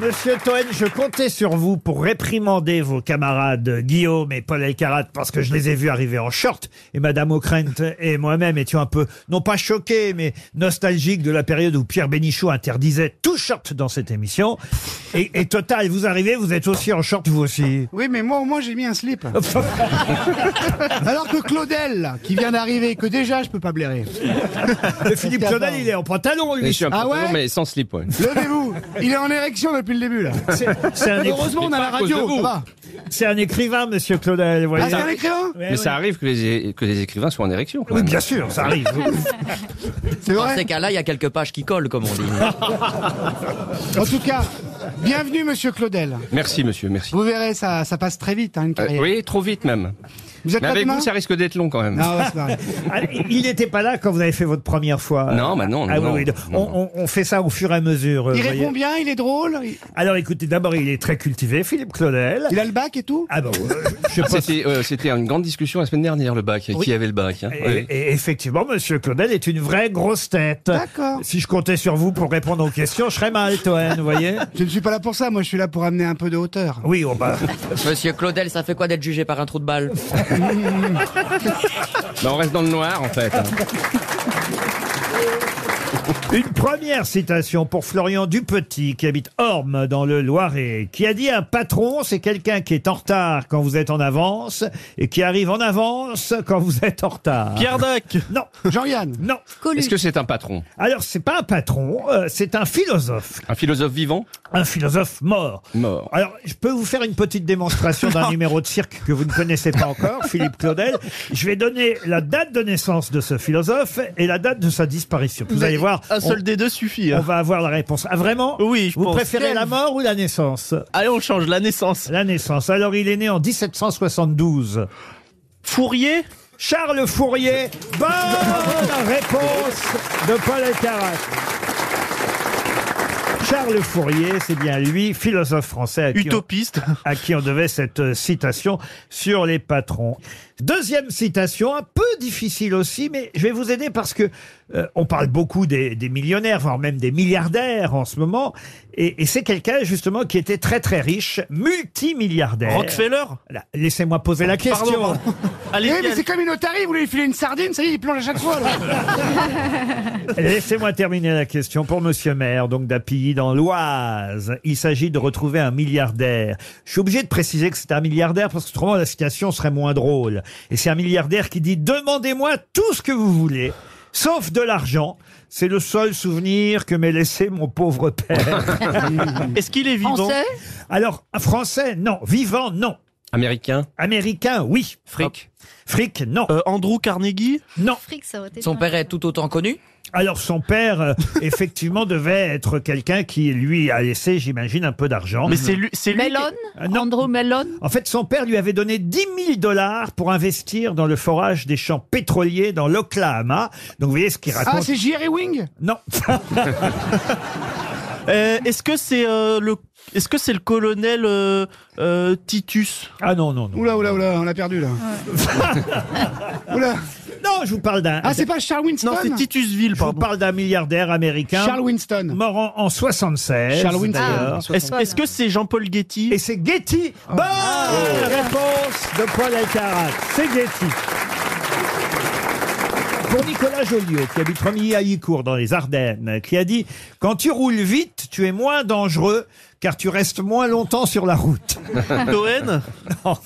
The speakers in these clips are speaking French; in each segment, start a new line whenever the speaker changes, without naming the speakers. Monsieur Toen, je comptais sur vous pour réprimander vos camarades Guillaume et Paul Elkarat parce que je les ai vus arriver en short et Madame O'Krent et moi-même étions un peu, non pas choqués, mais nostalgiques de la période où Pierre Bénichou interdisait tout short dans cette émission. Et, et total, vous arrivez, vous êtes aussi en short vous aussi.
Oui, mais moi au moins j'ai mis un slip. Alors que Claudel, là, qui vient d'arriver, que déjà je peux pas blairer.
Mais Philippe Claudel, il est en pantalon,
Mais
lui.
je suis un
Ah
pantalon,
ouais Eh
mais sans slip, ouais.
Levez-vous, il est en érection depuis le début là.
C'est c'est un, écri-
Heureusement on a
pas
la
à cause de
radio,
vous.
ça va.
c'est un écrivain, Monsieur Claudel, vous voyez.
Ah, c'est un écrivain
Ouais,
Mais
ouais.
ça arrive que les, que les écrivains soient en érection, quand
Oui,
même.
bien sûr, ça arrive.
C'est
Dans ces
vrai.
cas-là, il y a quelques pages qui collent, comme on dit.
En tout cas, bienvenue monsieur Claudel.
Merci, monsieur, merci.
Vous verrez, ça, ça passe très vite hein, une
Euh,
carrière.
oui, trop vite même.
Vous êtes
Mais
là
avec
demain
vous, ça risque d'être long, quand même.
Non, ouais, c'est pareil.
Ah, il n'était pas là quand vous avez fait votre première fois.
Non, bah non,
Ah
non,
oui, oui.
non,
On, on- on fait ça au fur et à mesure. euh,
Il
vous voyez.
répond bien, il est drôle, il-
Alors écoutez, d'abord il est très cultivé, Philippe Claudel.
il a le bac et tout.
Ah bon, euh, je sais pas.
C'était euh, c'était une grande discussion la semaine dernière, le bac. Qui avait le bac hein.
Et-
Oui.
et effectivement, Monsieur Claudel est une vraie grosse tête.
D'accord.
Si je comptais sur vous pour répondre aux questions, je serais mal, Toen, vous voyez
Je ne suis pas là pour ça, moi je suis là pour amener un peu de hauteur.
Oui, oh bah. on va.
Monsieur Claudel, ça fait quoi d'être jugé par un trou de balle
Bah, on reste dans le noir, en fait. hein.
Une première citation pour Florian Dupetit, qui habite Orme, dans le Loiret, qui a dit un patron, c'est quelqu'un qui est en retard quand vous êtes en avance et qui arrive en avance quand vous êtes en retard.
Pierre Dac
Non,
Jean-Yann,
non.
Est-ce que c'est un patron
Alors, c'est pas un patron, euh, c'est un philosophe.
Un philosophe vivant
Un philosophe mort.
Mort.
Alors, je peux vous faire une petite démonstration d'un numéro de cirque que vous ne connaissez pas encore, Philippe Claudel. Je vais donner la date de naissance de ce philosophe et la date de sa disparition. Vous allez voir,
Un
on,
seul des deux suffit.
on
hein.
va avoir la réponse. Ah, vraiment
Oui, je
Vous
pense.
préférez la mort ou la naissance
Allez, on change la naissance.
La naissance. Alors, il est né en 1772.
Fourier
Charles Fourier, bonne réponse de Paul Elkarat. Charles Fourier, c'est bien lui, philosophe français à qui, on,
Utopiste.
à qui on devait cette euh, citation sur les patrons. Deuxième citation, un peu difficile aussi, mais je vais vous aider parce que euh, on parle beaucoup des, des millionnaires, voire même des milliardaires en ce moment, et, et c'est quelqu'un justement qui était très très riche, multimilliardaire.
Rockefeller
Là, Laissez-moi poser la question.
Pardon. Allez,
Eh, mais c'est comme une otarie, vous lui filez une sardine, ça y est, il plonge à chaque fois. là.
Bah,
Laissez-moi terminer la question pour Monsieur Maire, donc d'Apilly dans l'Oise. Il s'agit de retrouver un milliardaire. Je suis obligé de préciser que c'est un milliardaire parce que autrement la citation serait moins drôle. Et c'est un milliardaire qui dit demandez-moi tout ce que vous voulez, sauf de l'argent. C'est le seul souvenir que m'ait laissé mon pauvre père.
est-ce qu'il est vivant
Français
Alors, un français, non. Vivant, non.
Américain
Américain, oui.
Fric
Fric, non.
Euh, Andrew Carnegie
Non.
Frick, ça aurait été
Son
bien.
père est tout autant connu
Alors son père, euh, effectivement, devait être quelqu'un qui lui a laissé, j'imagine, un peu d'argent.
Mais c'est lui, c'est lui.
Mellon
Euh, non.
Andrew Mellon
En fait, son père lui avait donné 10 000 dollars pour investir dans le forage des champs pétroliers dans l'Oklahoma. Donc, vous voyez ce qu'il
Ah,
raconte.
c'est Jerry Wing
non,
Euh, est-ce que c'est euh, le, est-ce que c'est le colonel euh, euh, Titus
ah non, non, non.
Oula, oula, oula, on l'a perdu là. oula.
Non, je vous parle d'un.
Ah, c'est pas Charles Winston
Non, c'est Titusville,
je vous
pardon.
parle d'un milliardaire américain
Charles Winston.
mort en, en 76.
Charles Winston.
d'ailleurs.
Ah. Est-ce, est-ce que c'est Jean-Paul Getty
Et c'est Getty. Bonne réponse de Paul Alcarat. C'est Getty. Pour Nicolas Joliot, qui habite Romilly à Yicourt dans les Ardennes, qui a dit Quand tu roules vite, tu es moins dangereux, car tu restes moins longtemps sur la route.
Toen
Non.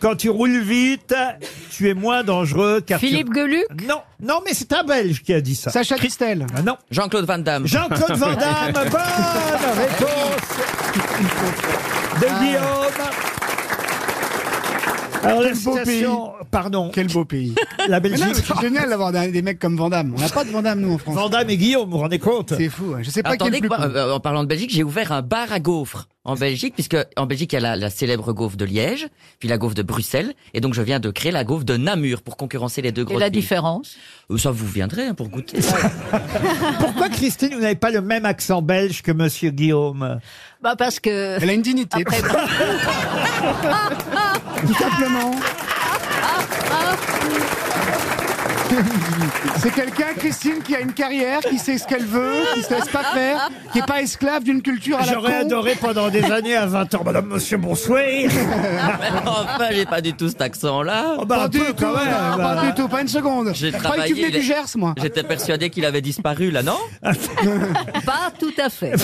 Quand tu roules vite, tu es moins dangereux, car tu-
Philippe Gueluc
Non, non, mais c'est un Belge qui a dit ça.
Sacha Christel.
Ah Non.
Jean-Claude Van Damme.
Jean-Claude Van Damme, bonne réponse de
Ah.
Guillaume. Alors la
Quel beau
citation, pardon,
Quel beau pays.
la
Mais non, mais
Belgique,
c'est génial d'avoir des des mecs comme Vandamme. On n'a pas de Vandamme, nous, en France.
Van Damme et Guillaume, vous vous rendez compte
C'est fou. hein. Je sais pas qui est
Attendez,
le plus
quoi,
con.
euh, en parlant de Belgique, j'ai ouvert un bar à gaufres en Belgique, puisque en Belgique, il y a la, la célèbre gaufre de Liège, puis la gaufre de Bruxelles, et donc je viens de créer la gaufre de Namur pour concurrencer les deux
Et
grosses
la
villes.
différence
Euh, Ça vous viendrait hein, pour goûter.
Pourquoi Christine, vous n'avez pas le même accent belge que Monsieur Guillaume
Bah parce que...
Elle a une dignité.
Après,
Tout simplement. C'est quelqu'un, Christine, qui a une carrière, qui sait ce qu'elle veut, qui se laisse pas faire, qui est pas esclave d'une culture à Oh, la
J'aurais
con.
adoré pendant des années à 20h, madame, monsieur, bonsoir.
enfin, j'ai pas du tout cet accent-là.
Oh, bah,
Pas
un
du
peu,
tout,
quand même.
non,
bah.
pas du tout, pas une seconde.
J'ai
Je croyais que tu
travaillé,
venais
il
du
est-
Gers, moi.
J'étais persuadé qu'il avait disparu, là, non
Pas tout à fait.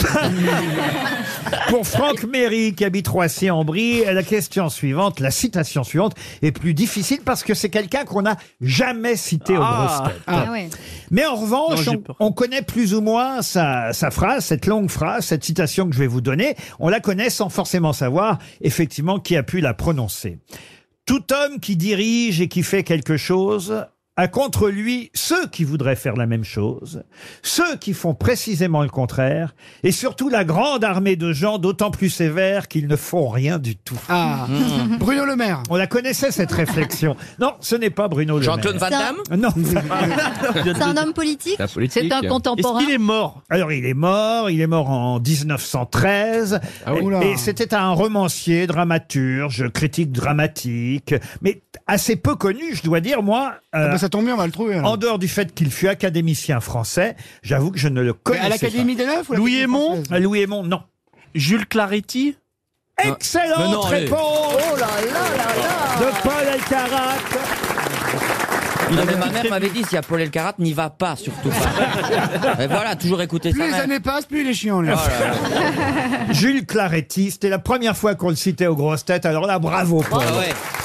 Pour Franck Méry, qui habite Roissy-en-Brie, la question suivante, la citation suivante est plus difficile parce que c'est quelqu'un qu'on n'a jamais cité au
Ah.
grosses têtes.
Ah ouais.
Mais en revanche,
Non, j'ai
on-
peur.
on, connaît plus ou moins sa, sa phrase, cette longue phrase, cette citation que je vais vous donner. On la connaît sans forcément savoir, effectivement, qui a pu la prononcer. Tout homme qui dirige et qui fait quelque chose a contre lui ceux qui voudraient faire la même chose, ceux qui font précisément le contraire, et surtout la grande armée de gens d'autant plus sévères qu'ils ne font rien du tout.
Ah,
Hmm.
Bruno Le Maire.
On la connaissait cette réflexion. Non, ce n'est pas Bruno Le
Jean-Claude Van Damme
Maire. Non.
C'est un homme politique
La politique.
C'est un
Est-ce
contemporain
qu'il est mort
Alors il est mort, il est mort en 1913,
Ah oui.
Et-
Oula.
et c'était un romancier, dramaturge, critique dramatique, mais assez peu connu, je dois dire moi. euh,
Ah bah, ça tombe bien, on va le trouver. alors.
en dehors du fait qu'il fut académicien français, j'avoue que je ne le
Mais
connaissais
à l'Académie des Neufs ou à
Louis
l'Académie
Aymon
française
pas. Louis Aymon, non.
Jules Claretti
Excellente
Mais non, allez.
réponse
Oh là là là là
de Paul Alcarat.
Non, mais ma mère m'avait dit, s'il y a Paul Elkarat, n'y va pas, surtout pas. Et voilà, toujours écouter
Plus
sa
les
mère.
années passent, plus il est chiant,
Ah,
lui.
Jules Claretti, c'était la première fois qu'on le citait aux grosses têtes. Alors là, bravo Paul.
Ah ouais.